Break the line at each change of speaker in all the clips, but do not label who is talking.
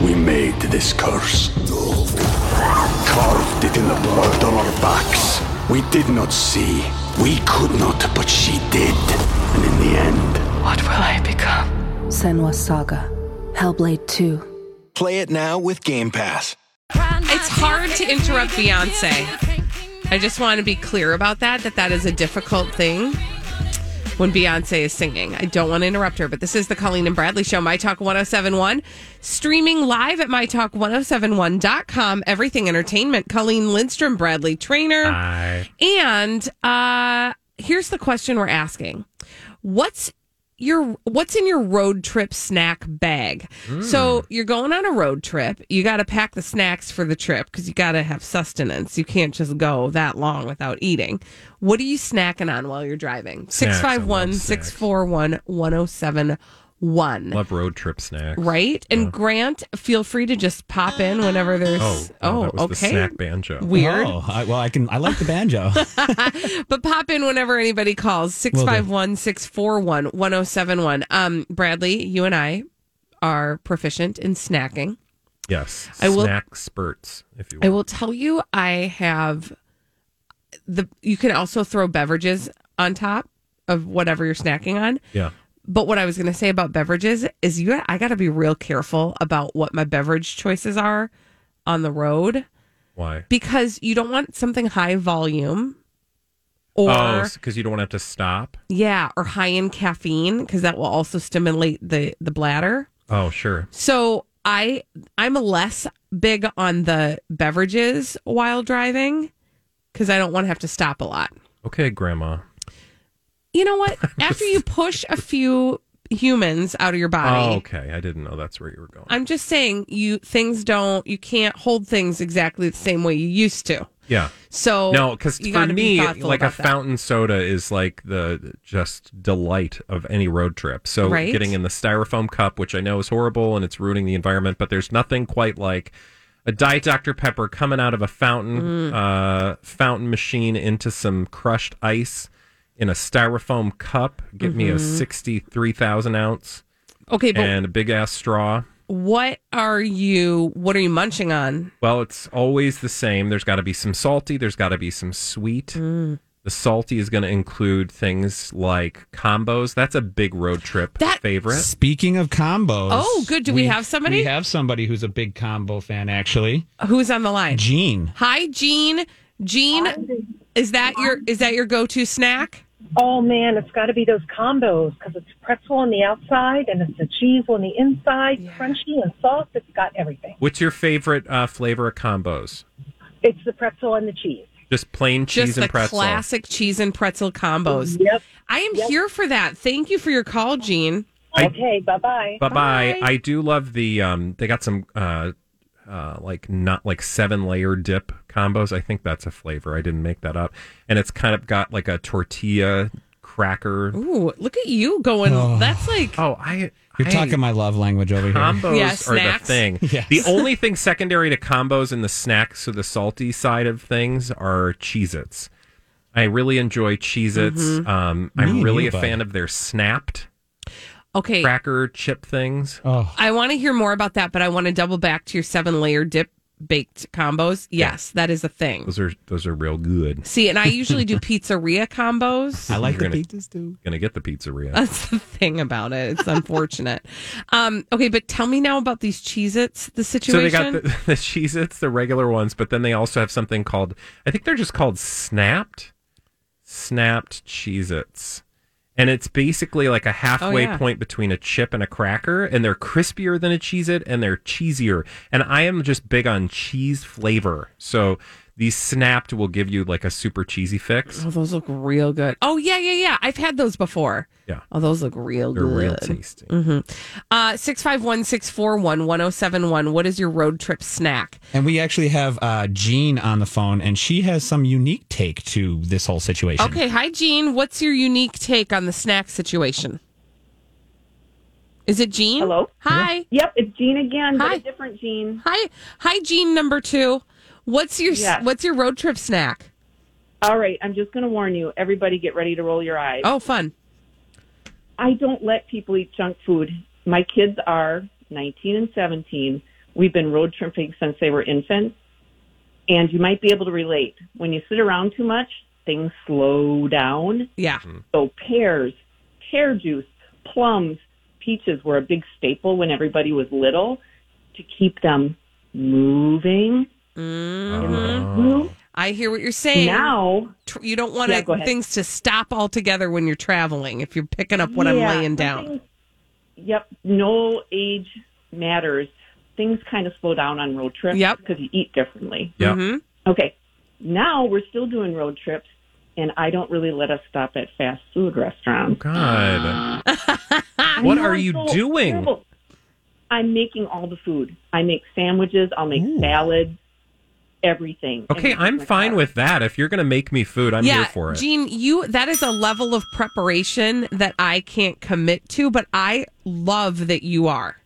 We made this curse. Carved it in the blood on our backs. We did not see. We could not, but she did. And in the end,
What will I become?
Senwa Saga, Hellblade 2.
Play it now with Game Pass.
It's hard to interrupt Beyonce. I just want to be clear about that, that that is a difficult thing when Beyonce is singing. I don't want to interrupt her, but this is the Colleen and Bradley Show, My Talk 1071, streaming live at MyTalk1071.com, everything entertainment. Colleen Lindstrom, Bradley Trainer. And uh, here's the question we're asking. What's your what's in your road trip snack bag?
Hmm.
So you're going on a road trip. You got to pack the snacks for the trip because you got to have sustenance. You can't just go that long without eating. What are you snacking on while you're driving? Six
Snacks, I love
five one six four one one zero seven one.
Love road trip snacks.
Right? And Grant, feel free to just pop in whenever there's.
Oh, oh, that was the
okay.
snack banjo.
Weird.
Oh, I, well, I can. I like the banjo.
But pop in whenever anybody calls 651 641 1071. Um, Bradley, you and I are proficient in snacking.
yes.
I will-
snack spurts, if you
I
will.
will tell you, I have the. You can also throw beverages on top of whatever you're snacking on.
yeah.
But what I was going to say about beverages is you I got to be real careful about what my beverage choices are on the road
Why?
because you don't want something high volume or
oh, because you don't want to have to stop.
Yeah, or high in caffeine because that will also stimulate the the bladder.
Oh, sure.
So I I'm less big on the beverages while driving because I don't want to have to stop a lot.
Okay, Grandma.
You know what? After you push a few humans out of your body,
Oh, okay. I didn't know that's where you were going.
I'm just saying you things don't you can't hold things exactly the same way you used to.
yeah.
So
No, because
Oh, you
for
gotta be
me,
thoughtful
like a
about that.
fountain soda is like the just delight of any road trip. So
Right?
getting in the styrofoam cup, which I know is horrible and it's ruining the environment, but there's nothing quite like a Diet Dr Pepper coming out of a fountain
Mm.
uh, fountain machine into some crushed ice in a styrofoam cup. Get me a sixty three thousand ounce
Okay, Mm-hmm. but
and a big ass straw.
what are you what are you munching on?
Well, it's always the same. There's got to be some salty, there's got to be some sweet.
Mm.
The salty is going to include things like combos. That's a big road trip
That-
favorite.
Speaking of combos,
Oh, good. Do we have somebody?
We have somebody who's a big combo fan, actually.
Who's on the line?
Gene.
Hi, Jean. Jean, is that your is that your go to snack?
Oh man, it's got to be those combos because it's pretzel on the outside and it's the cheese on the inside, crunchy and soft. It's got everything.
What's your favorite uh, flavor of combos?
It's the pretzel and the cheese.
Just plain cheese
Just
and
the
pretzel.
classic cheese and pretzel combos.
Yep.
I am here for that. Thank you for your call, Jean.
I-
okay, bye bye.
Bye
Bye.
bye. I do love the um they got some uh uh like not like seven layer dip combos. I think that's a flavor. I didn't make that up. And it's kind of got like a tortilla cracker.
Ooh, look at you going. That's like
Oh, I
You're
I-
talking my love language over here.
combos
Yeah,
are the
snacks.
thing.
Yes.
The only thing secondary to combos and the snacks, so the salty side of things, are Cheez Its. I really enjoy Cheez Its.
Mm-hmm.
Um, I'm
and
really
you,
a
bud.
fan of their snapped
okay.
cracker chip things.
Oh,
I want to hear more about that, but I want to double back to your seven layer dip baked combos. Yes, that is a thing.
Those are those are real good.
See, and I usually do pizzeria combos.
I like
You're
the
gonna-
pizzas too.
Gonna get the pizzeria.
That's the thing about it. It's unfortunate. um, okay, but tell me now about these Cheez Its, the
So
situation.
they got the, the Cheez Its, the regular ones, but then they also have something called I think they're just called snapped snapped Cheez Its. And it's basically like a halfway
Oh, yeah.
point between a chip and a cracker, and they're crispier than a Cheez It and they're cheesier. And I am just big on cheese flavor. So These snapped will give you like a super cheesy fix.
Oh, those look real good. Oh yeah, yeah, yeah. I've had those before.
Yeah.
Oh, those look real
They're
good.
real tasty.
Uh, six five one six four one one zero seven one. What is your road trip snack?
And we actually have uh, Jean on the phone, and she has some unique take to this whole situation.
Okay, hi Jean. What's your unique take on the snack situation? Is it Jean?
Hello?
Hi.
Yep, it's Jean again, but
Hi.
a different Jean.
Hi. Hi Jean number 2. What's your
Yes.
what's your road trip snack?
All right, I'm just going to warn you. Everybody get ready to roll your eyes.
Oh, fun.
I don't let people eat junk food. My kids are 19 and 17. We've been road tripping since they were infants. And you might be able to relate. When you sit around too much, things slow down.
Yeah.
Mm-hmm.
So pears, pear juice, plums, peaches were a big staple when everybody was little to keep them moving.
Oh.
I hear what you're saying.
Now,
Tr- you don't want
Yeah, go ahead.
things to stop altogether when you're traveling if you're picking up what
Yeah,
I'm laying down.
something- Yep, no age matters. Things kind of slow down on road trips
Yep.
because you eat differently.
Yeah.
Mm-hmm.
Okay, now we're still doing road trips, and I don't really let us stop at fast food restaurants.
Ah.
God. what
No,
are
it's
you
so
doing?
terrible. I'm making all the food. I make sandwiches. I'll make salads. Everything.
Okay,
Everything
I'm
like
fine
that.
with that. If you're going to make me food, I'm here
yeah,
for it.
Jean, you that is a level of preparation that I can't commit to, but I love that you are.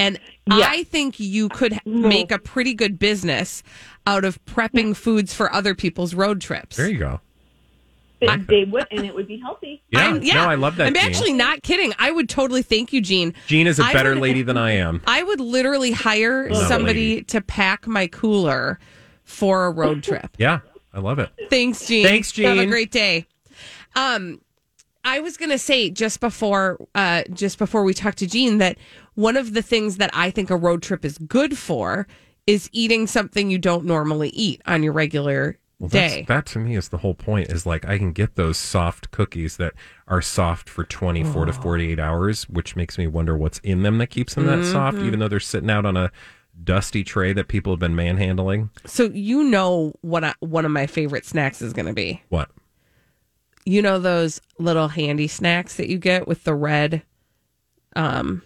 And
Yeah.
I think you could make a pretty good business out of prepping foods for other people's road trips.
there you go.
They- They would, and it would be healthy.
Yeah,
I'm- yeah,
no, I love that.
I'm
Jean.
actually not kidding. I would totally thank you, Jean.
Jean is a
I
better
would-
lady than I am.
I would literally hire
Lovely.
somebody to pack my cooler for a road trip.
Yeah, I love it.
Thanks, Gene.
Thanks,
Have a
Jean.
great day. Um, I was gonna say just before, uh, just before we talked to Gene that one of the things that I think a road trip is good for is eating something you don't normally eat on your regular
Well, that's,
day.
That to me is the whole point. Is like I can get those soft cookies that are soft for 24 to 48 hours, which makes me wonder what's in them that keeps them that soft,
Mm-hmm.
even though they're sitting out on a dusty tray that people have been manhandling.
so you know what I, one of my favorite snacks is gonna be.
What?
You know those little handy snacks that you get with the red, um.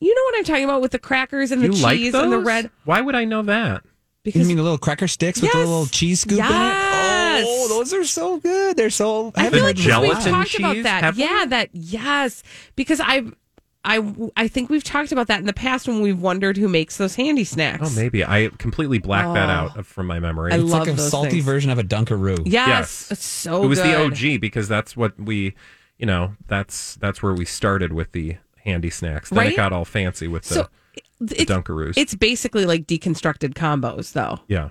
You know what I'm talking about with the crackers and the
you
cheese
like those?
and the red
Why would I know that?
You
because
mean the little cracker sticks with
Yes.
the little cheese scoop
Yes.
in it? Oh, those are so good. They're so. I
I
haven't
feel like
had them
we
in a
gelatin
talked
while.
about
cheese,
that.
have we?
Yeah, that yes, because I, I, I think we've talked about that in the past when we've wondered who makes those handy snacks.
Oh, maybe I completely blacked that out from my memory.
I
It's
love
like a
those
salty
things.
version of a Dunkaroo.
Yes,
Yes.
it's so.
it was
good.
the OG because that's what we, you know, that's that's where we started with the handy snacks. Then
Right?
it got all fancy with the,
So
the
it's,
Dunkaroos.
it's basically like deconstructed combos, though.
yeah.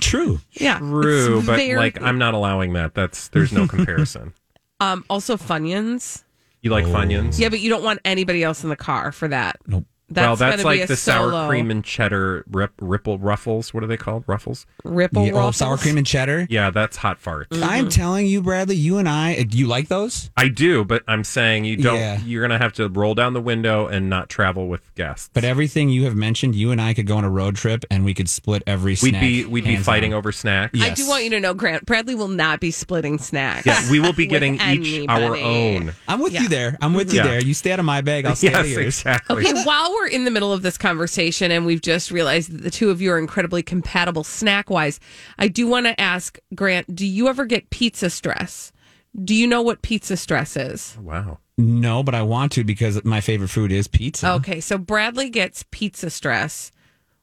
True.
Yeah,
True,
it's
but
very-
like I'm not allowing that. That's there's no comparison.
um, also Funyuns.
You
Oh.
like Funyuns?
Yeah, but you don't want anybody else in the car for that.
Nope.
That's
well, that's
gonna be
like
a
the sour
solo
cream and cheddar rip, ripple ruffles. What are they called? Ruffles?
ripple
Yeah, oh,
ruffles.
sour cream and cheddar.
Yeah, that's hot farts.
Mm. Mm-hmm.
I'm telling you, Bradley, you and I, you like those?
I do, but I'm saying you don't.
Yeah.
You're gonna have to roll down the window and not travel with guests.
But everything you have mentioned, you and I could go on a road trip and we could split every
we'd
snack.
be we'd be
hands
fighting
down.
over snacks.
I do
Yes.
want you to know, Grant Bradley will not be splitting snacks.
Yeah, we will be
With
getting each our
anybody.
own.
I'm with you there. I'm with you
Yeah.
there. You stay out of my bag. I'll stay out
Mm-hmm. Yes,
of yours.
exactly.
Okay, while we're in the middle of this conversation and we've just realized that the two of you are incredibly compatible snack wise, I do want to ask Grant, do you ever get pizza stress? Do you know what pizza stress is?
Wow.
No, but I want to because my favorite food is pizza.
Okay, so Bradley gets pizza stress,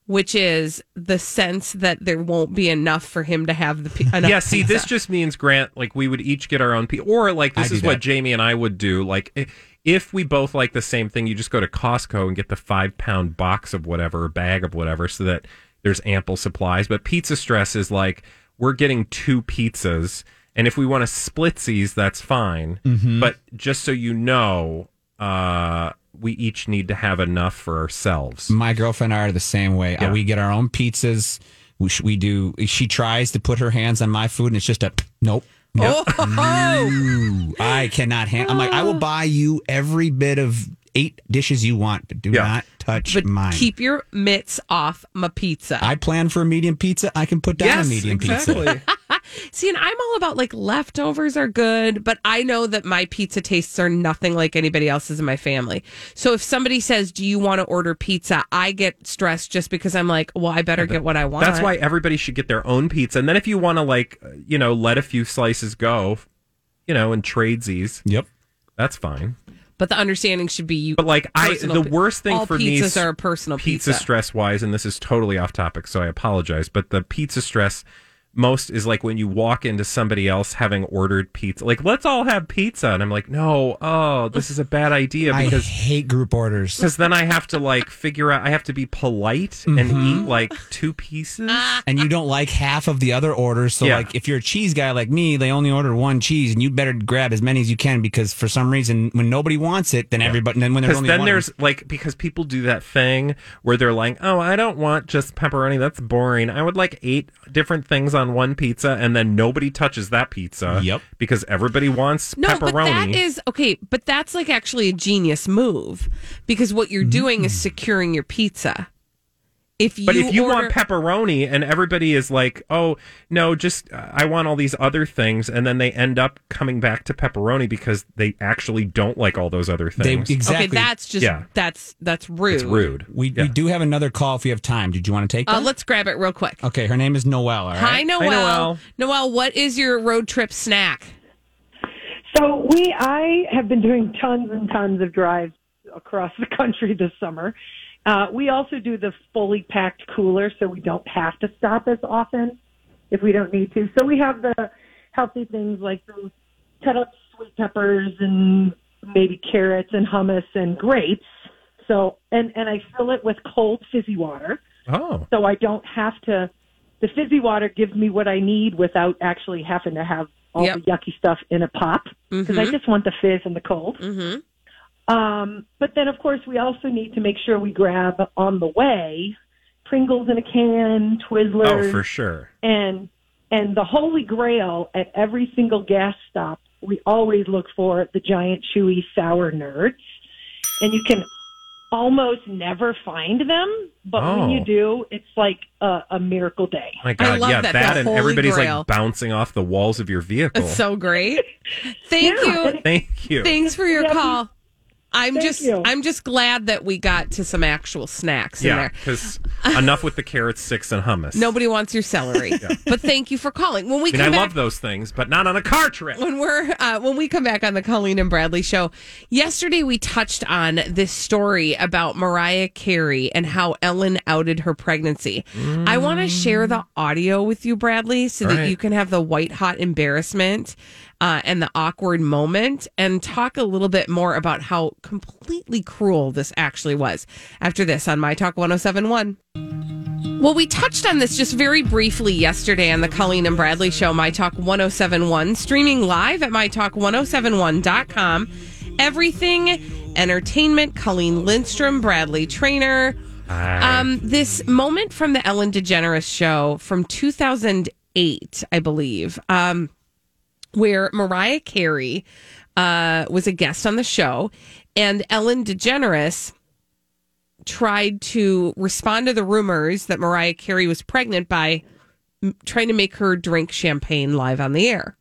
which is the sense that there won't be enough for him to have the pi- enough
yeah, see,
pizza.
this just means Grant, like we would each get our own pizza, or like this
I
is
do
what
that.
Jamie and I would do. Like i- if we both like the same thing, you just go to Costco and get the five pound box of whatever, or bag of whatever, so that there's ample supplies. But pizza stress is like we're getting two pizzas, and if we want to splitsies, that's fine.
Mm-hmm.
But just so you know, uh, we each need to have enough for ourselves.
My girlfriend and I are the same way. Uh,
Yeah.
We get our own pizzas. We, sh- we do. She tries to put her hands on my food, and it's just a nope. nope.
Oh, ho, ho.
Ooh, I cannot handle. I'm like, I will buy you every bit of eight dishes you want, but do
Yeah.
not touch
But
mine.
keep your mitts off my pizza.
I plan for a medium pizza. I can put down a medium pizza.
See, and I'm all about like leftovers are good, but I know that my pizza tastes are nothing like anybody else's in my family. So if somebody says, "Do you want to order pizza?" I get stressed just because I'm like, "Well, I better get what I want."
That's why everybody should get their own pizza. And then if you want to, like, uh, you know, let a few slices go, you know, and tradesies,
Yep.
that's fine.
But the understanding should be you.
But like, I
personal
the
pi-
worst thing
all
for
pizzas
me,
are a personal pizza.
pizza stress wise, and this is totally off topic, so I apologize. But the pizza stress most is like when you walk into somebody else having ordered pizza, like let's all have pizza, and I'm like, no, oh, this is a bad idea
I
because
hate group orders.
because then I have to like figure out I have to be polite and
Mm-hmm.
eat like two pieces.
And you don't like half of the other orders. So,
Yeah.
like, if you're a cheese guy like me, they only order one cheese, and you better grab as many as you can because for some reason, when nobody wants it, then everybody, then when there's
Because
only
then
one,
there's like because people do that thing where they're like, oh, I don't want just pepperoni. That's boring. I would like eight different things on one pizza, and then nobody touches that pizza.
Yep.
Because everybody wants
No,
pepperoni.
but that is okay. But that's like actually a genius move because what you're doing is securing your pizza. If you
Mm. But if you
order,
want pepperoni and everybody is like, oh, no, just uh, I want all these other things. And then they end up coming back to pepperoni because they actually don't like all those other
they
things.
exactly.
okay, that's just
Yeah.
that's that's rude.
it's rude.
we, we do have another call if we have time. Did you want to take?
Uh,
that?
let's grab it real quick.
Okay, her name is Noelle. All right.
Hi, Noel. Noel.
Noelle.
what is your road trip snack?
So we, I have been doing tons and tons of drives across the country this summer. Uh, we also do the fully packed cooler, so we don't have to stop as often if we don't need to. So we have the healthy things like those cut up sweet peppers and maybe carrots and hummus and grapes. So and and I fill it with cold fizzy water,
Oh.
so I don't have to. The fizzy water gives me what I need without actually having to have all
Yep.
the yucky stuff in a pop because I just want the fizz and the cold.
Mm-hmm.
Um, but then, of course, we also need to make sure we grab on the way Pringles in a can, Twizzlers,
Oh, for sure.
and and the holy grail at every single gas stop. We always look for the giant chewy sour nerds, and you can almost never find them. But when
Oh.
you do, it's like a, a miracle day.
My God.
love
yeah,
that,
that,
the
and
Holy
everybody's
Grail.
like bouncing off the walls of your vehicle.
That's so great. Thank
Yeah.
you.
Thank you.
Thanks for your
Yeah, we-
call. I'm
Thank
just
you.
I'm just glad that we got to some actual snacks in
yeah,
there.
because enough with the carrot sticks and hummus.
Nobody wants your celery. But thank you for calling. When we
I mean,
come
I
back,
love those things, but not on a car trip.
when we're uh, when we come back on the Colleen and Bradley show, yesterday we touched on this story about Mariah Carey and how Ellen outed her pregnancy. I want to share the audio with you, Bradley, so that
Right.
you can have the white hot embarrassment uh, and the awkward moment, and talk a little bit more about how completely cruel this actually was. After this, on My Talk 1071. Well, we touched on this just very briefly yesterday on the Colleen and Bradley show, My Talk 1071, streaming live at MyTalk1071.com. Everything entertainment, Colleen Lindstrom, Bradley Trainer. Um, this moment from the Ellen DeGeneres show from 2008, I believe, um, where Mariah Carey uh, was a guest on the show, and Ellen DeGeneres tried to respond to the rumors that Mariah Carey was pregnant by m- trying to make her drink champagne live on the air.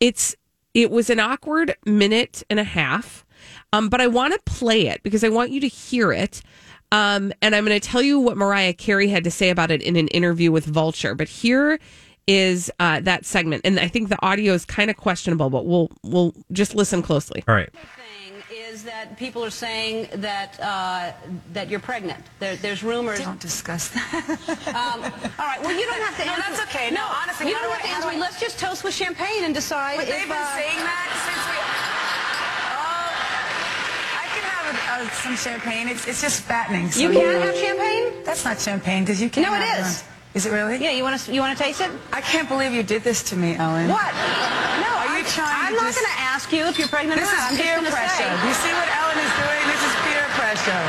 It's it was an awkward minute and a half, um, but I want to play it because I want you to hear it. Um, and I'm going to tell you what Mariah Carey had to say about it in an interview with Vulture. But here is uh, that segment, and I think the audio is kind of questionable, but we'll we'll just listen closely.
All right.
thing is that people are saying that uh, that you're pregnant. There, there's rumors. Don't discuss that. um, all right. Well, you don't have to.
No,
answer-
that's okay. No, honestly,
you
how
don't have
do
to
I- how
answer.
do I-
Let's just toast with champagne and decide.
But
if,
they've been
uh,
saying that since we. Oh, I can have uh, some champagne. It's, it's just fattening. So
You can't have champagne.
That's not champagne because you can't.
No, it
have
is.
one. Is it really?
Yeah. You want to? You want to taste it?
I can't believe you did this to me, Ellen.
What? No.
Are you
I'm,
trying
I'm
to
not
just-
going to ask you if you're pregnant
This
or not. I'm
is
just
peer
going to
pressure.
say
You see what Ellen is doing? This is peer pressure.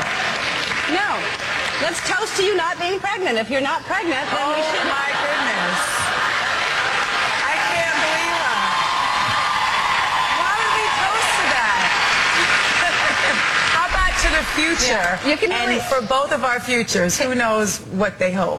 no. Let's toast to you not being pregnant. If you're not pregnant, then
Oh
we should.
my goodness. I can't believe it. Why would we toast to that? How about to the the future.
You can
and
only-
for both of our futures, who knows what they hold.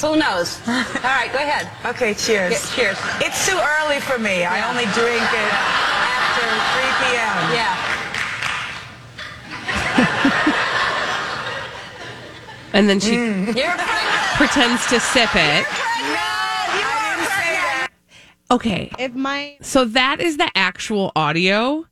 Who knows? All right, go ahead.
Okay, cheers.
Yeah, cheers.
It's too early for me. I only drink it after 3 p.m.
Yeah.
And then she
Mm.
You're pregnant.
pretends to sip it. Okay.
If my
So that is the actual audio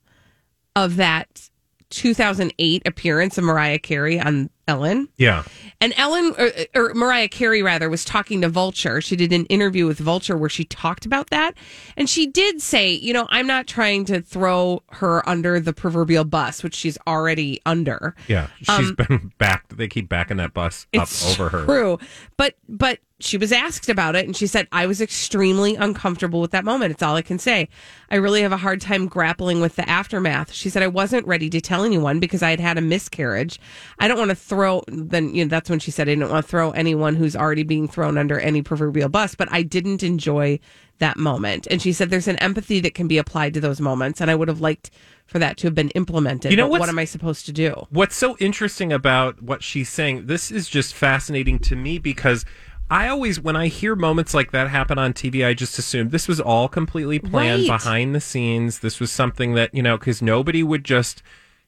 of that 2008 appearance of Mariah Carey on Ellen.
Yeah.
And Ellen, or, or Mariah Carey rather, was talking to Vulture. She did an interview with Vulture where she talked about that. And she did say, you know, I'm not trying to throw her under the proverbial bus, which she's already under.
Yeah. she's
Um,
been backed. They keep backing that bus up over her.
True, but but she was asked about it, and she said, "I was extremely uncomfortable with that moment. It's all I can say. I really have a hard time grappling with the aftermath." She said, "I wasn't ready to tell anyone because I had had a miscarriage. I don't want to throw." Then you know that's when she said, "I didn't want to throw anyone who's already being thrown under any proverbial bus." But I didn't enjoy that moment, and she said, "There's an empathy that can be applied to those moments, and I would have liked for that to have been implemented.
You know
but what
what's-
am I supposed to do?"
What's so interesting about what she's saying, this is just fascinating to me because I always, when I hear moments like that happen on TV, I just assume this was all completely planned
Right.
behind the scenes. This was something that, you know, because nobody would just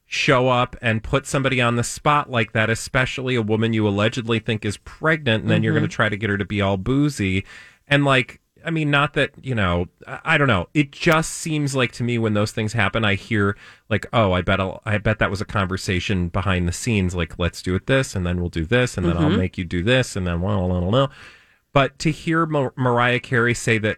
show up and put somebody on the spot like that, especially a woman you allegedly think is pregnant, and then you're
Mhm.
going to try to get her to be all boozy. And like, I mean, not that, you know, I I don't know. It just seems like to me when those things happen, I hear like, oh, I bet, I'll, I bet that was a conversation behind the scenes. Like, let's do it this, and then we'll do this, and then I'll
Mhm.
make you do this, and then blah, blah, blah, blah. But to hear Mar- Mariah Carey say that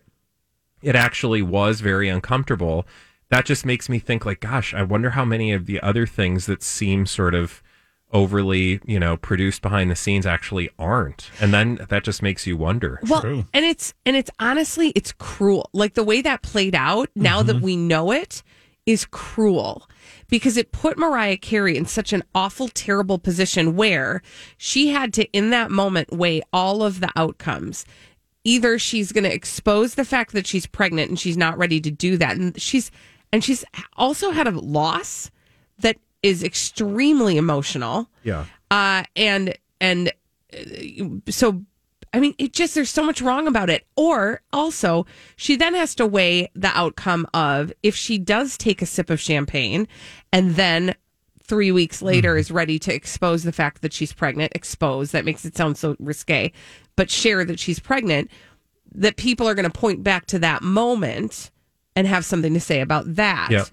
it actually was very uncomfortable. That just makes me think, like, gosh, I wonder how many of the other things that seem sort of overly, you know, produced behind the scenes actually aren't. And then that just makes you wonder.
Well, and it's and it's honestly it's cruel. Like the way that played out, now that we know it, is cruel because it put Mariah Carey in such an awful, terrible position where she had to, in that moment, weigh all of the outcomes. Either she's going to expose the fact that she's pregnant and she's not ready to do that, and she's and she's also had a loss that is extremely emotional
Yeah.
uh, and and uh, so I mean, it just there's so much wrong about it. Or also, she then has to weigh the outcome of if she does take a sip of champagne, and then three weeks later is ready to expose the fact that she's pregnant. Expose that makes it sound so risque, but share that she's pregnant. That people are going to point back to that moment and have something to say about that
Yep.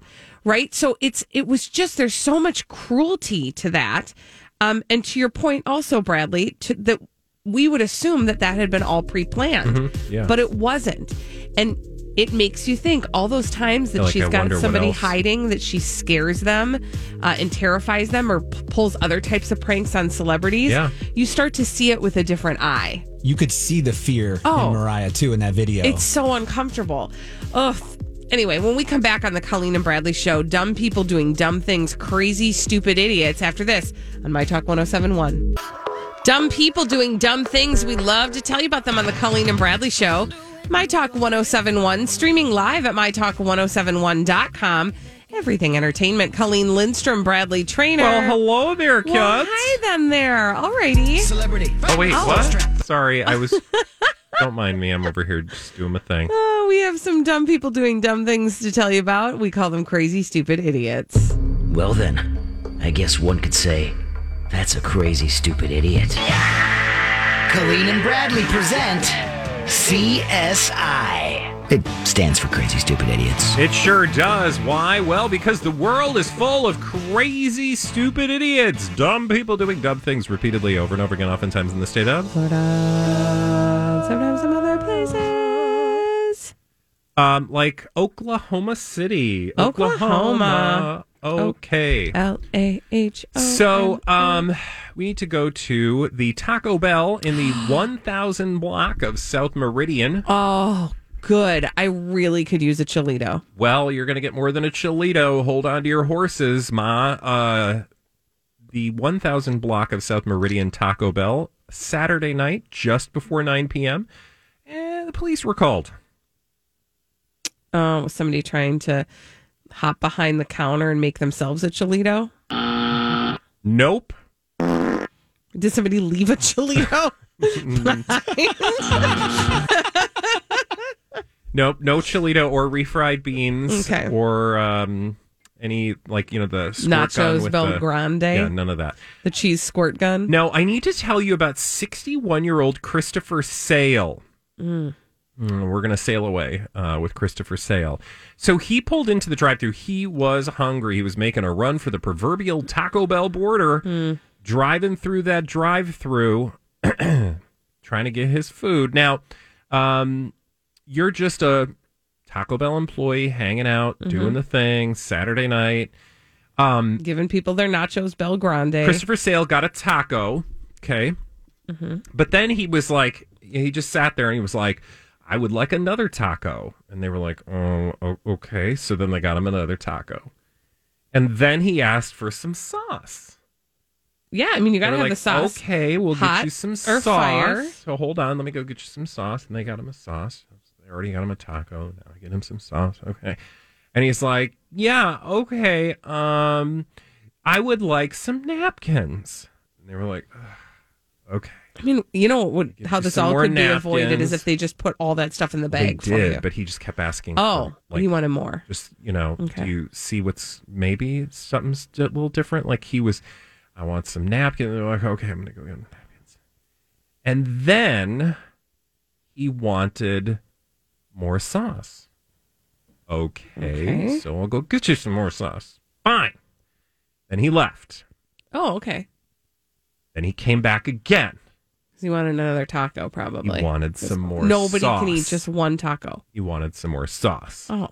right so it's it was just there's so much cruelty to that um and to your point also bradley to that we would assume that that had been all pre-planned
Mhm, yeah.
but it wasn't and it makes you think all those times that
Like,
she's
I
got
wonder what
somebody
else.
hiding that she scares them uh, and terrifies them or p- pulls other types of pranks on celebrities
Yeah.
you start to see it with a different eye
You could see the fear
Oh.
in Mariah too in that video.
it's so uncomfortable. Ugh. Anyway, when we come back on the Colleen and Bradley show, dumb people doing dumb things, crazy, stupid idiots after this on My Talk 1071. Dumb people doing dumb things. We love to tell you about them on the Colleen and Bradley show. My Talk 1071, streaming live at MyTalk1071.com. Everything entertainment. Colleen Lindstrom, Bradley Trainer.
Well, hello there, kids.
Well, hi them there. Alrighty. Celebrity.
Oh, wait, what? Sorry, I was. don't mind me. I'm over here just doing my thing.
Oh, we have some dumb people doing dumb things to tell you about. We call them crazy, stupid idiots.
Well, then, I guess one could say
That's a crazy, stupid idiot.
Colleen and Bradley present CSI.
It stands for crazy, stupid idiots.
It sure does. Why? Well, because the world is full of crazy, stupid idiots, dumb people doing dumb things repeatedly over and over again, oftentimes in the state of
Florida, sometimes some other places.
Um, like Oklahoma City,
Oklahoma.
Okay.
L A H O.
So, um, we need to go to the Taco Bell in the 1000 block of South Meridian.
Oh, good. I really could use a Cholito.
Well, you're going to get more than a Cholito. Hold on to your horses, Ma. Uh, the 1000 block of South Meridian Taco Bell, Saturday night, just before 9 p.m., eh, the police were called.
Oh, was somebody trying to hop behind the counter and make themselves a Cholito?
Nope.
Did somebody leave a Cholito?
Nope, no Cholito or refried beans
Okay.
or um, any, like, you know, the squirt gun
Nachos
with
Bel
the-
Grande?
Yeah, none of that.
the cheese squirt gun?
No, I need to tell you about 61 year old Christopher Sale.
Mm.
Mm, we're going to sail away uh, with Christopher Sale. So he pulled into the drive thru. He was hungry. He was making a run for the proverbial Taco Bell border, driving through that drive thru, trying to get his food. Now, um, you're just a Taco Bell employee hanging out, doing the thing Saturday night. Um,
Giving people their nachos Bel Grande.
Christopher Sale got a taco. Okay.
Mhm.
But then he was like, he just sat there and he was like, I would like another taco. And they were like, oh, o- okay. So then they got him another taco. And then he asked for some sauce.
Yeah, I mean, you
They
got to
were
have
like,
the sauce.
Okay, we'll
hot
get you some
or
sauce.
Fire.
So hold on, let me go get you some sauce. And they got him a sauce. They already got him a taco. Now I get him some sauce. Okay. And he's like, yeah, okay. Um, I would like some napkins. And they were like, "Ugh, okay.
I mean, you know what would,
Get
how
you
this
some
all
more
could be avoided is
napkins.
if they just put all that stuff in the
They
bag for
did,
you.
but he just kept asking.
Oh,
for, like,
he wanted more.
Just you know,
Okay.
do you see what's maybe something's a little different? Like he was, I want some napkins. They're like, okay, I'm gonna go get napkins. And then he wanted more sauce. Okay,
Okay.
so I'll go get you some more sauce. Fine. Then he left.
Oh, okay.
Then he came back again.
'Cause He wanted another taco, probably.
He wanted some more.
Nobody
sauce.
can eat just one taco.
He wanted some more sauce.
Oh,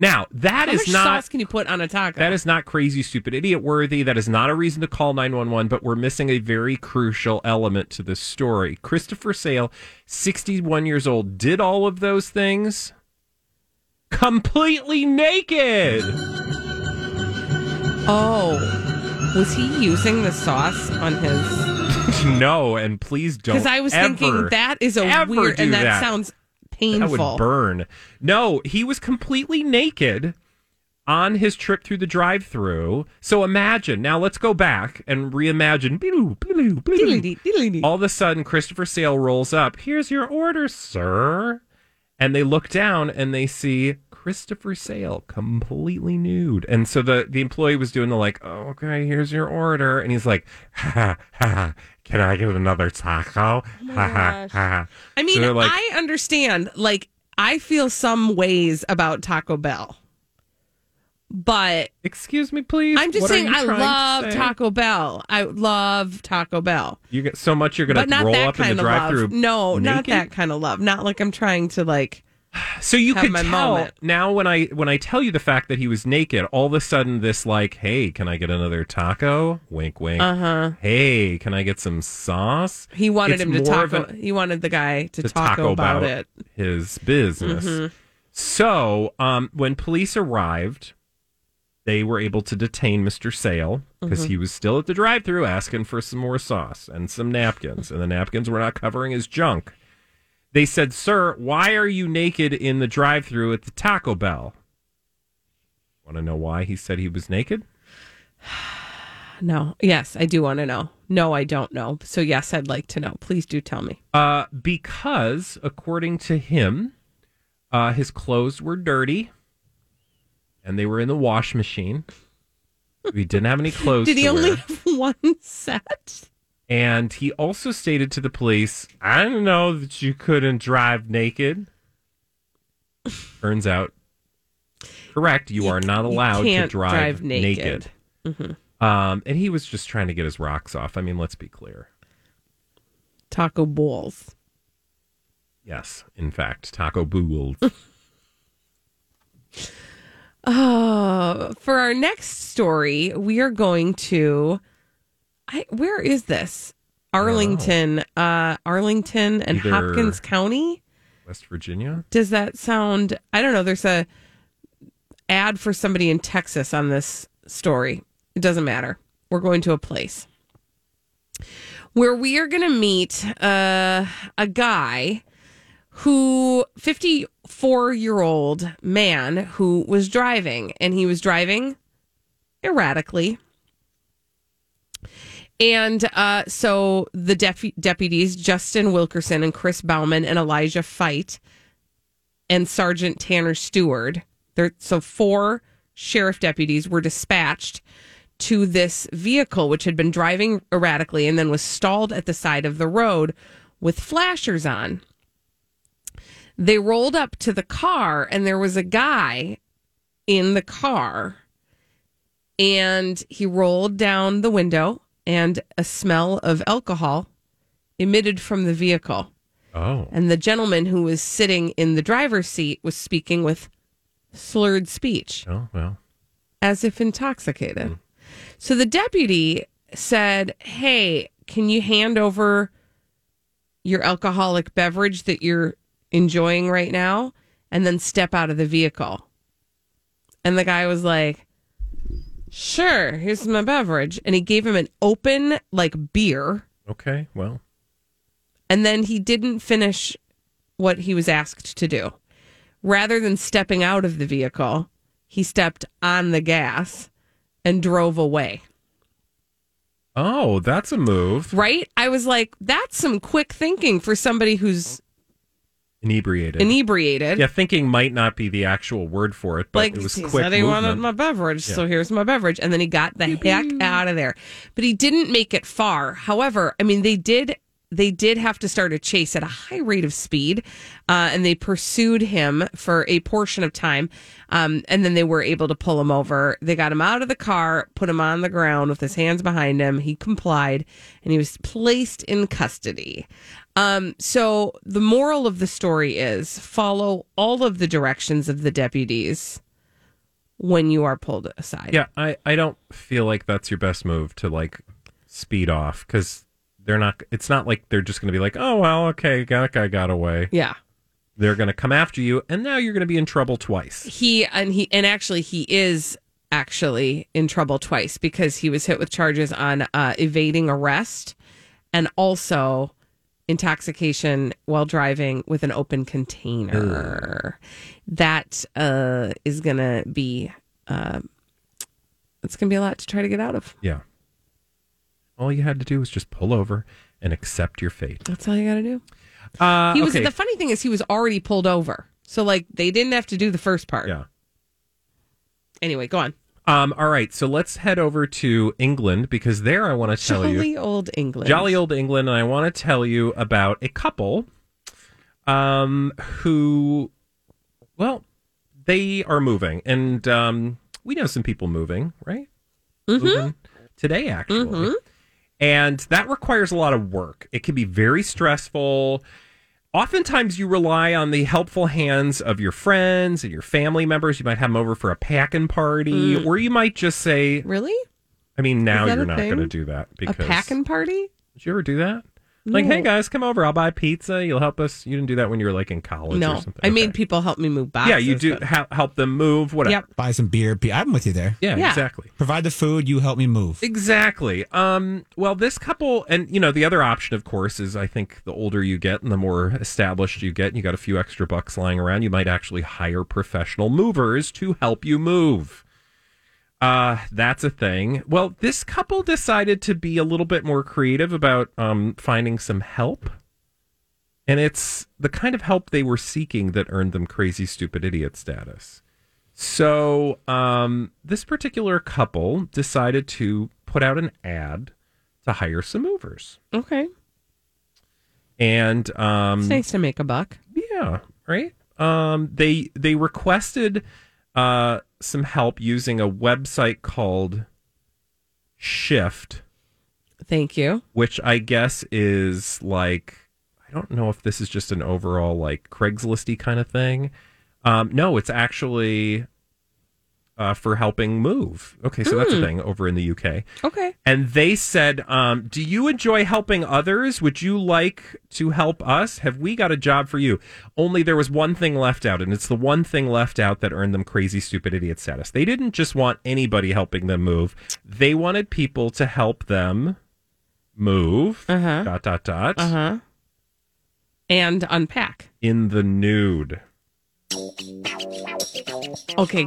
Now that
how
is
much
not
sauce can you put on a taco?
That is not crazy, stupid, idiot worthy. That is not a reason to call 911, but we're missing a very crucial element to this story. Christopher Sale, 61 years old, did all of those things completely naked.
Oh, was he using the sauce on his?
no, and please don't.
Because I was
ever,
thinking that is a
ever
weird,
do
and that,
that.
sounds
That
painful.
would burn. No, he was completely naked on his trip through the drive-through. So imagine. Now let's go back and reimagine. Blue, blue, blue. All of a sudden, Christopher Sale rolls up. Here's your order, sir. And they look down and they see Christopher Sale completely nude. And so the, the employee was doing the like, oh, okay, here's your order. And he's like, ha, ha, ha, can I get another taco?
Oh my
ha, ha,
gosh.
ha.
I
So
mean,
they're like,
I understand. Like, I feel some ways about Taco Bell, but
excuse me, please.
I'm just
What are
saying,
you
I
trying to
love
say?
Taco Bell. I love Taco Bell,
You get so much you're gonna
but not
roll
that
up in
kind
the
of
drive through.
love. No, not that kind of love. Not like I'm trying to like.
So you
have
could
my
tell
moment.
now when I when I tell you the fact that he was naked, all of a sudden this like, hey, can I get another taco? Wink, wink.
Uh huh.
Hey, can I get some sauce?
He wanted
It's
him to
more of
taco.
an-
he wanted the guy to,
to
taco, about, it.
his business.
Mhm.
So um, when police arrived, they were able to detain Mr. Sale because
Mhm.
he was still at the drive-through asking for some more sauce and some napkins, and the napkins were not covering his junk. They said, "Sir, why are you naked in the drive-through at the Taco Bell?" Want to know why he said he was naked?
No. Yes, I do want to know. No, I don't know. So yes, I'd like to know. Please do tell me.
Uh, because according to him, uh, his clothes were dirty, and they were in the wash machine, he didn't have any clothes.
Did he
to
only
wear.
have one set?
And he also stated to the police, I didn't know that you couldn't drive naked. Turns out, correct, you, are not allowed to
can't
drive,
drive naked. Mm-hmm.
naked. Um, and he was just trying to get his rocks off. I mean, let's be clear.
Taco balls.
Yes, in fact, Taco Bool.
Oh, for our next story, we are going to. I where is this? Arlington, uh, Arlington and
Either-
Hopkins County.
West Virginia?
Does that sound? I don't know. There's a ad for somebody in Texas on this story. It doesn't matter. We're going to a place where we are going to meet uh, a guy who 54 year old man who was driving and he was driving erratically and uh, so the def- deputies justin wilkerson and chris bauman and elijah fight and sergeant tanner stewart there so four sheriff deputies were dispatched to this vehicle which had been driving erratically and then was stalled at the side of the road with flashers on they rolled up to the car and there was a guy in the car and he rolled down the window and a smell of alcohol emitted from the vehicle
Oh.
and the gentleman who was sitting in the driver's seat was speaking with slurred speech
Oh, well.
as if intoxicated. So the deputy said, Hey, can you hand over your alcoholic beverage that you're enjoying right now and then step out of the vehicle? And the guy was like, Sure, here's my beverage. And he gave him an open, like, beer.
Okay, well.
And then he didn't finish what he was asked to do. Rather than stepping out of the vehicle, he stepped on the gas and drove away.
Oh, that's a move.
Right? I was like, that's some quick thinking for somebody who's
Inebriated.
inebriated.
yeah, thinking might not be the actual word for it, but
like,
it was
he
quick.
said he wanted
movement.
my beverage, so
Yeah.
here's my beverage. And then he got the heck out of there. But he didn't make it far. However, I mean, they did. They did have to start a chase at a high rate of speed, uh, and they pursued him for a portion of time, um, and then they were able to pull him over. They got him out of the car, put him on the ground with his hands behind him. He complied, and he was placed in custody. Um, so the moral of the story is: follow all of the directions of the deputies when you are pulled aside.
Yeah, I, I don't feel like that's your best move to like speed off because they're not. It's not like they're just going to be like, oh well, okay, that guy got away.
Yeah.
They're going to come after you, and now you're going to be in trouble twice.
He and he and actually he is actually in trouble twice because he was hit with charges on uh, evading arrest and also intoxication while driving with an open container. That uh, is going to be uh, it's going to be a lot to try to get out of.
Yeah. All you had to do was just pull over and accept your fate.
That's all you got to do.
Uh,
he was
okay.
the funny thing is he was already pulled over, so like they didn't have to do the first part.
Yeah.
Anyway, go on.
um. All right. So let's head over to England because there I want to tell you
Jolly old England.
Jolly old England, and I want to tell you about a couple um, who, well, they are moving, and um, we know some people moving, right?
Mm-hmm.
Moving today, actually. And that requires a lot of work. It can be very stressful. Oftentimes, you rely on the helpful hands of your friends and your family members. You might have them over for a packing party,
Mm.
or you might just say,
Really?
I mean, now
that
you're
a
not
thing?
going to do that
A
because
packing party?
did you ever do that? Like,
No.
hey guys, come over. I'll buy pizza. You'll help us. You didn't do that when you were like in college or
No,
something.
I made people help me move boxes.
yeah, you do
but-
hel- help them move. Whatever.
Yep.
Buy some beer. P- I'm with you there.
Yeah, Yeah. exactly.
Provide the food. You help me move.
Exactly. Um, well, this couple, and you know, the other option, of course, is I think the older you get and the more established you get, and you got a few extra bucks lying around, you might actually hire professional movers to help you move. Uh, that's a thing. Well, this couple decided to be a little bit more creative about um, finding some help. And it's the kind of help they were seeking that earned them crazy, stupid idiot status. So um, this particular couple decided to put out an ad to hire some movers,
Okay.
and um,
It's nice to make a buck.
Yeah, right. Um, they they requested uh, some help using a website called Shift,
Thank you.
which I guess is like I don't know if this is just an overall like Craigslisty kind of thing. Um, no, it's actually uh, for helping move. Okay, so that's a
Hmm.
thing over in the UK.
Okay.
And they said, um, Do you enjoy helping others? Would you like to help us? Have we got a job for you? Only there was one thing left out, and it's the one thing left out that earned them crazy, stupid idiot status. They didn't just want anybody helping them move, they wanted people to help them move. Uh-huh. Dot, dot, dot.
Uh huh. And unpack.
In the nude.
Okay.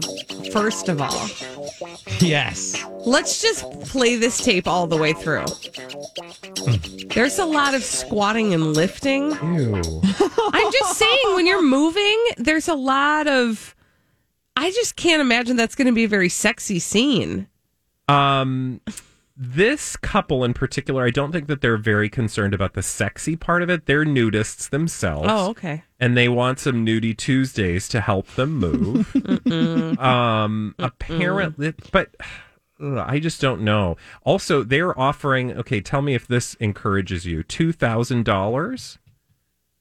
First of all,
Yes.
let's just play this tape all the way through. There's a lot of squatting and lifting.
Mm. Ew.
I'm just saying, when you're moving, there's a lot of. I just can't imagine that's going to be a very sexy scene.
Um, this couple in particular, I don't think that they're very concerned about the sexy part of it. They're nudists themselves.
Oh, okay.
And they want some nudie Tuesdays to help them move. um, apparently, but ugh, I just don't know. Also, they're offering. Okay, tell me if this encourages you. Two thousand dollars.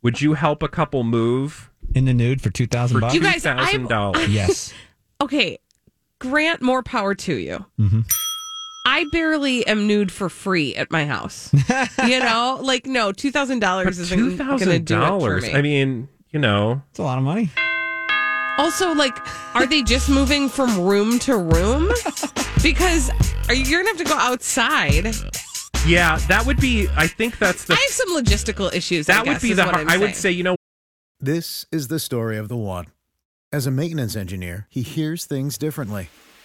Would you help a couple move
in the nude for two thousand
for
bucks?
two
You guys, I'm-
thousand dollars?
Yes.
Okay, Grant, more power to you.
Mm-hmm.
Mhm.
I barely am nude for free at my house. you know, like no, two thousand dollars isn't
Two
going to
thousand
do it for
dollars.
me.
I mean, you know,
It's a lot of money.
also, like, are they just moving from room to room? Because are you, you're gonna have to go outside.
yeah, that would be. I think that's the
I have some logistical issues. I
That would
guess,
be
is
the.
what
har-
I'm
I
saying.
would say you know
This is the story of the one. As a maintenance engineer, he hears things differently.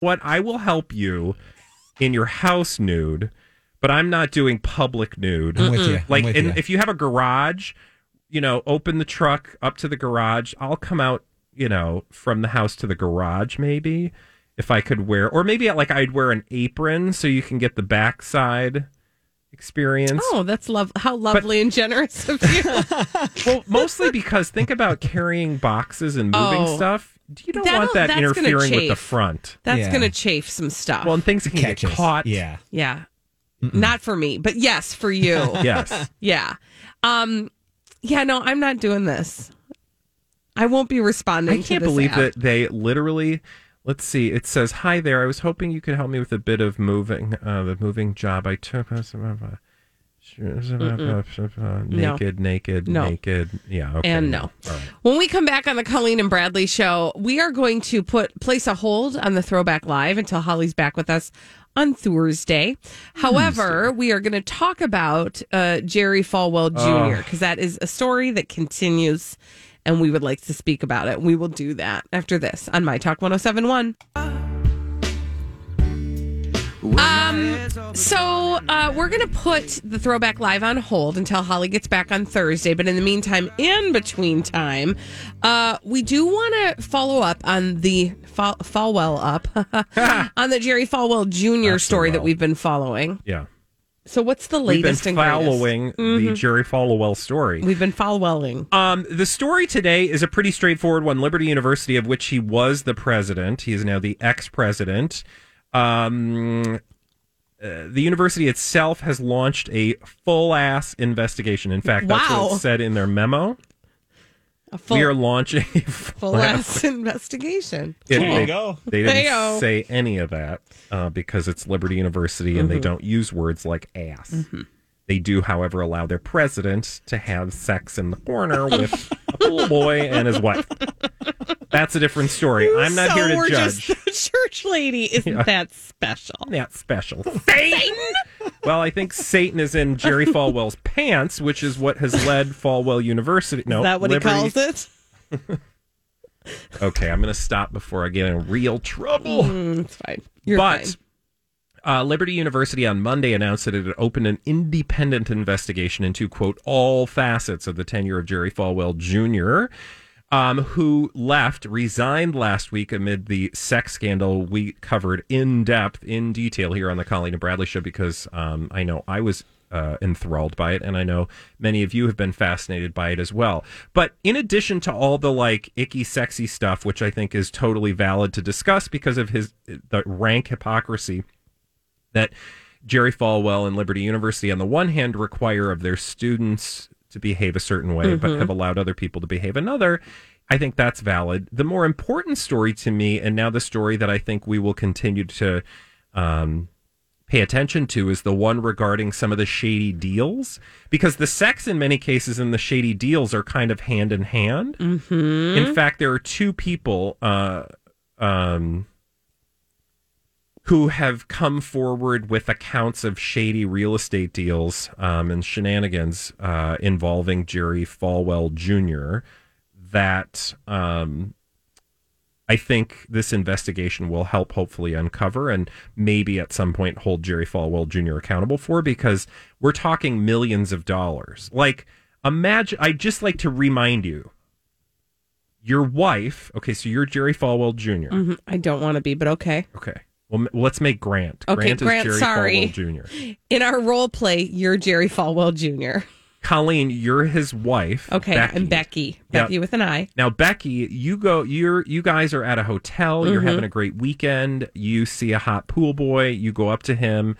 what? I will help you in your house nude, but I'm not doing public nude.
I'm with you. I'm
Like,
with
and
you.
if you have a garage, you know, open the truck up to the garage. I'll come out, you know, from the house to the garage, maybe if I could wear, or maybe like I'd wear an apron so you can get the backside experience.
Oh, that's love. How lovely and generous of you.
well, mostly because think about carrying boxes and moving
Oh.
stuff. Do you don't
That'll-
want that
that's gonna
interfering with the
chafe.
front?
That's gonna chafe some stuff.
Well, and things can get caught.
Yeah.
Yeah. Not for me, but yes, for you.
Yes.
Yeah. Um yeah, no, I'm not doing this. I won't be responding
I can't believe that they literally. Let's see. It says, "Hi there. I was hoping you could help me with a bit of moving. Uh, the moving job I took.
Mm-mm.
Naked, naked,
No.
naked. Yeah. Okay.
And no.
All right.
When we come back on the Colleen and Bradley show, we are going to put place a hold on the throwback live until Holly's back with us on Thursday.
Hmm.
However, we are going to talk about uh, Jerry Falwell
Oh.
Jr. because that is a story that continues, and we would like to speak about it. We will do that after this on My Talk 1071. Um, so uh, we're going to put the throwback live on hold until Holly gets back on Thursday. But in the meantime, in between time, uh, we do want to follow up on the Fal- Falwell up on the Jerry Falwell Jr. story that we've been following.
Yeah.
So what's the
We've been
latest and greatest?
following the
Mhm.
Jerry Falwell story.
We've been following.
Um, the story today is a pretty straightforward one. Liberty University, of which he was the president, he is now the ex-president. Um, uh, the university itself has launched a full ass investigation. In fact, that's what
Wow.
it said in their memo.
A full,
we are launching a
full ass investigation.
It- they, They didn't
Heyo.
say any of that uh, because it's Liberty University and they
Mm-hmm.
Mhm.
don't use words like ass. They do, however, allow their president to have sex in the corner with a pool boy and his wife. That's a different story. I'm not
so
here to
we're
judge.
Just the church lady. Isn't
Yeah.
that special?
That special. Well, I think Satan is in Jerry Falwell's pants, which is what has led Falwell University. No,
Is that what
Liberty-
he calls it?
Okay, I'm going to stop before I get in real trouble.
Mm, it's fine. You're
but
fine.
Uh, Liberty University on Monday announced that it had opened an independent investigation into, quote, all facets of the tenure of Jerry Falwell Jr., um, who left, resigned last week amid the sex scandal we covered in depth, in detail here on the Colleen and Bradley show because um, I know I was uh, enthralled by it, and I know many of you have been fascinated by it as well. But in addition to all the like icky, sexy stuff, which I think is totally valid to discuss because of his the rank hypocrisy that Jerry Falwell and Liberty University, on the one hand, require of their students to behave a certain way, but
Mhm.
have allowed other people to behave another. I think that's valid. The more important story to me, and now the story that I think we will continue to um, pay attention to, is the one regarding some of the shady deals, because the sex in many cases and the shady deals are kind of hand in hand.
Mm-hmm.
In fact, there are two people uh, um, who have come forward with accounts of shady real estate deals um, and shenanigans uh, involving Jerry Falwell Jr. that um, I think this investigation will help hopefully uncover and maybe at some point hold Jerry Falwell Jr. accountable for because we're talking millions of dollars. Like, imagine, I just like to remind you your wife, okay, so you're Jerry Falwell junior
Mhm. I don't want to be, but okay.
Okay. Well, m- let's make Grant.
Okay,
Grant,
Grant,
is Jerry
sorry.
Falwell Jr.
In our role play, you're Jerry Falwell Jr.
Colleen, you're his wife.
Okay,
Becky.
I'm Becky.
Yeah.
Becky with an I.
Now, Becky, you go. You're you guys are at a hotel. You're
Mhm.
having a great weekend. You see a hot pool boy. You go up to him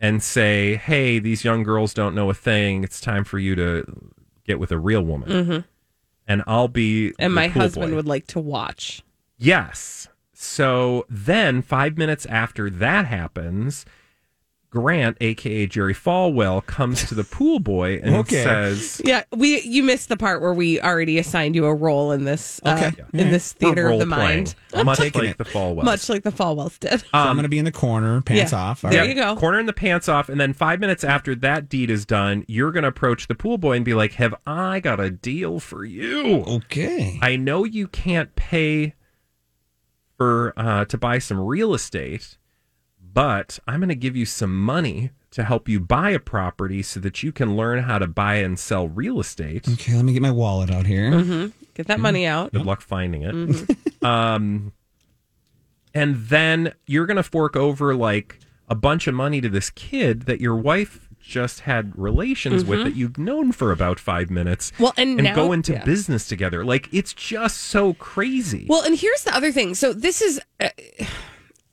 and say, "Hey, these young girls don't know a thing. It's time for you to get with a real woman."
Mm-hmm.
And I'll be
And my
your pool
husband
boy.
would like to watch.
Yes. So then, five minutes after that happens, Grant, aka Jerry Falwell, comes to the pool boy and
Okay.
says,
Yeah, we you missed the part where we already assigned you a role in this uh,
Okay.
in this
Yeah.
theater of
Role
the
playing.
mind.
I'm
much
taking
like
it.
the Falwell.
Much like the Falwells did.
So
Um,
I'm going to be in the corner, pants
yeah.
off.
There you go.
Corner in the pants off, and then five minutes after that deed is done, you're going to approach the pool boy and be like, "Have I got a deal for you?
Okay.
I know you can't pay for uh, to buy some real estate, but I'm going to give you some money to help you buy a property so that you can learn how to buy and sell real estate."
Okay, let me get my wallet out here.
Mm-hmm. Get that money out.
Good luck finding it.
Mm-hmm.
Um, and then you're going to fork over like a bunch of money to this kid that your wife just had relations with
Mhm.
that you've known for about five minutes.
Well, and now-
go into
yeah.
business together. Like it's just so crazy.
Well, and here's the other thing. So this is uh,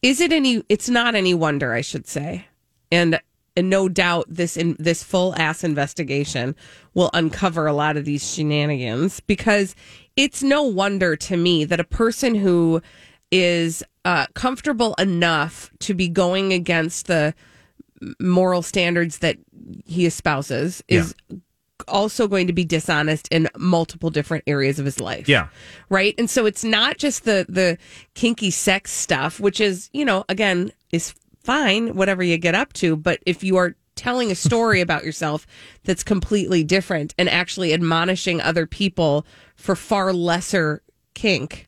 is it any it's not any wonder, I should say. And and no doubt this in this full ass investigation will uncover a lot of these shenanigans because it's no wonder to me that a person who is uh, comfortable enough to be going against the moral standards that he espouses is also going to be dishonest in multiple different areas of his life
yeah.
right and so it's not just the the kinky sex stuff which is you know again is fine whatever you get up to but if you are telling a story about yourself that's completely different and actually admonishing other people for far lesser kink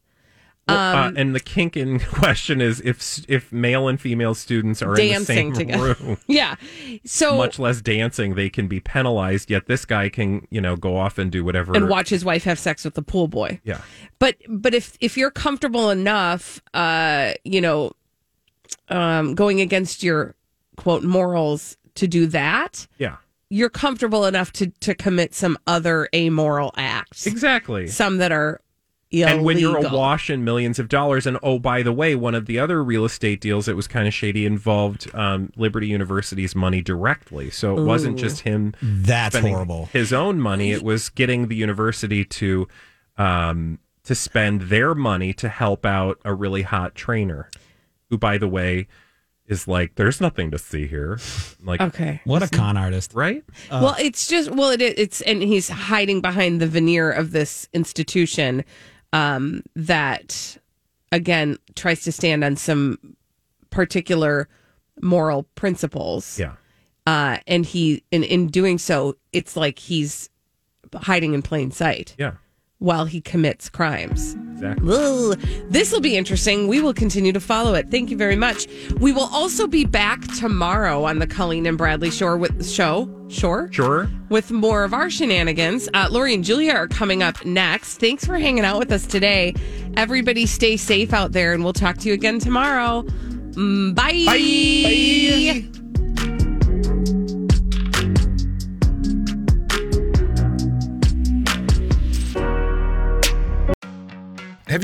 Well, uh,
um,
and the kink in question is if s- if male and female students are in the
dancing
same
together
room.
yeah so
much less dancing, they can be penalized. Yet this guy can, you know, go off and do whatever.
and watch his wife have sex with the pool boy
Yeah.
but but if if you're comfortable enough uh you know um going against your quote morals to do that
Yeah.
you're comfortable enough to to commit some other amoral acts
Exactly.
some that are
And when you're
Illegal.
awash in millions of dollars, and oh, by the way, one of the other real estate deals that was kind of shady involved um, Liberty University's money directly. So it wasn't
Ooh.
just him.
That's
spending
horrible.
His own money. It was getting the university to um, to spend their money to help out a really hot trainer, who, by the way, is like, there's nothing to see here. Like,
Okay.
What a con artist,
right?
well, it's just well, it it's and he's hiding behind the veneer of this institution um, that again tries to stand on some particular moral principles.
Yeah.
Uh, and he in in doing so, it's like he's hiding in plain sight.
Yeah.
While he commits crimes.
Exactly.
This will be interesting. We will continue to follow it. Thank you very much. We will also be back tomorrow on the Colleen and Bradley Shore with show. Shore?
Sure.
with more of our shenanigans. Uh, Lori and Julia are coming up next. Thanks for hanging out with us today. Everybody stay safe out there, and we'll talk to you again tomorrow. Mm, Bye. Bye.
Have